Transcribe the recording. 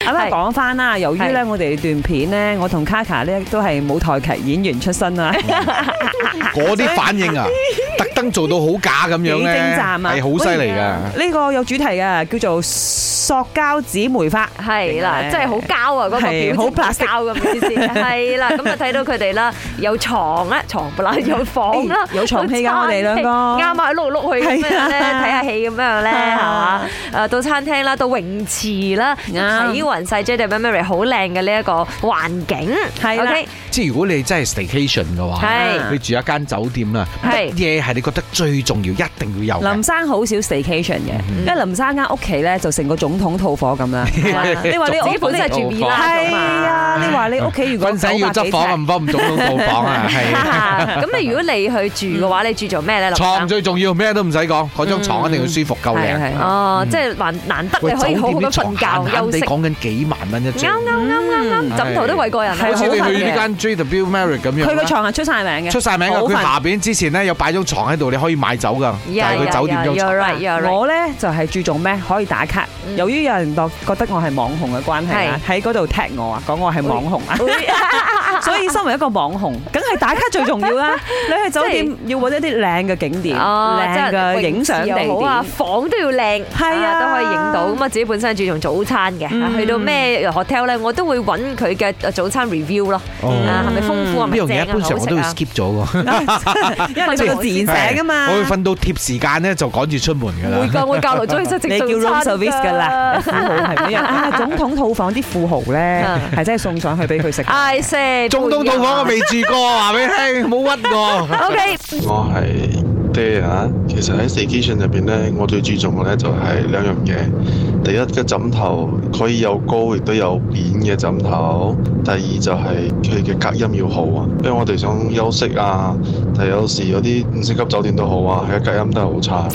咁啊，係講翻啦，由於咧係我哋段片咧，我同 Kaka 咧都係舞台劇演員出身啊，嗰啲反應啊，特登做到好假咁樣幾精咧，湛啊係好犀利噶。 呢個有主題嘅，叫做塑膠姊妹花。係啦，明白真係好膠啊！嗰個表係情好好 plastic 膠 咁嘅意思，係啦。咁啊睇到佢哋啦，有床啊，床不啦，有房啦，哎誒有床戲㗎有餐廳我哋兩個啱啊，碌嚟碌去咁係樣啊咧，睇下戲咁樣 咧，係嘛啊？誒到餐廳啦，到泳池啦，啱睇雲世 J D Memory 好靚嘅呢一個環境，係啦啊 OK，即係如果你真係 staycation 嘅話，係你住一間酒店啦，係乜嘢係你覺得最重要，一定要有嘅林？生好少 staycation 嘅，因為林生間屋企咧就成個總統套房咁啦。你話你自屋己本身係住 v 啦，係啊，你話你屋企如果軍仔要嗯執房咁幫唔總統套房啊，係咁你如果你去住嘅話，你住做咩咧？林生床最重要，咩都嗯唔使講，嗰張床一定要舒服夠係啊靚。係哦，即係難難得你可以好好咁瞓覺休你息。講緊幾萬蚊一啱張，啱嗯啱 Ừ. 啱啱，枕頭都為個人，好似你好瞓去嘅。呢間 JW Marriott 咁樣。佢個床係出晒名嘅，出晒名㗎，好佢瞓下邊之前咧有擺張床喺度，你可以買走㗎，就係佢酒店張床。 You're right, you're right. 啊我咧就係注重咩可以打卡嗯，由於有人覺覺得我係網紅嘅關係啦，喺嗰度踢我啊，講我係網紅啊，所以身為一個網 紅，梗係打卡最重要啦。你去酒即店要揾一啲靚嘅景點、哦，即靚係嘅影相地好啊，點。房都要靚，係啊都可以影到。咁啊，自己本身注重早餐嘅，嗯去到咩 hotel 咧，我都會揾佢嘅早餐 review À, 咯。啊，係咪豐富啊？係呢咪樣正嘢啊一般上好我食都會啊 skip 咗㗎，因為你個自然醒啊嘛。 我會瞓到貼時間咧就趕住出門㗎會啦。㗎，我教勞中意食你叫食 room 早餐 service 噶啦，富豪係咁樣 啊！總統套房啲富豪咧啊，係真係送上去俾佢食。 I say，中東套房我未住過，話俾你聽，冇屈我。à. OK。我係爹人啊，其實喺 station 入邊咧，我最注重嘅咧就係兩樣嘢。第一嘅枕頭可以有高亦都有扁嘅枕頭，第二就係佢嘅隔音要好啊，因為我哋啊想休息啊，但係有時有啲五星級酒店都好啊，佢嘅隔音都係好差。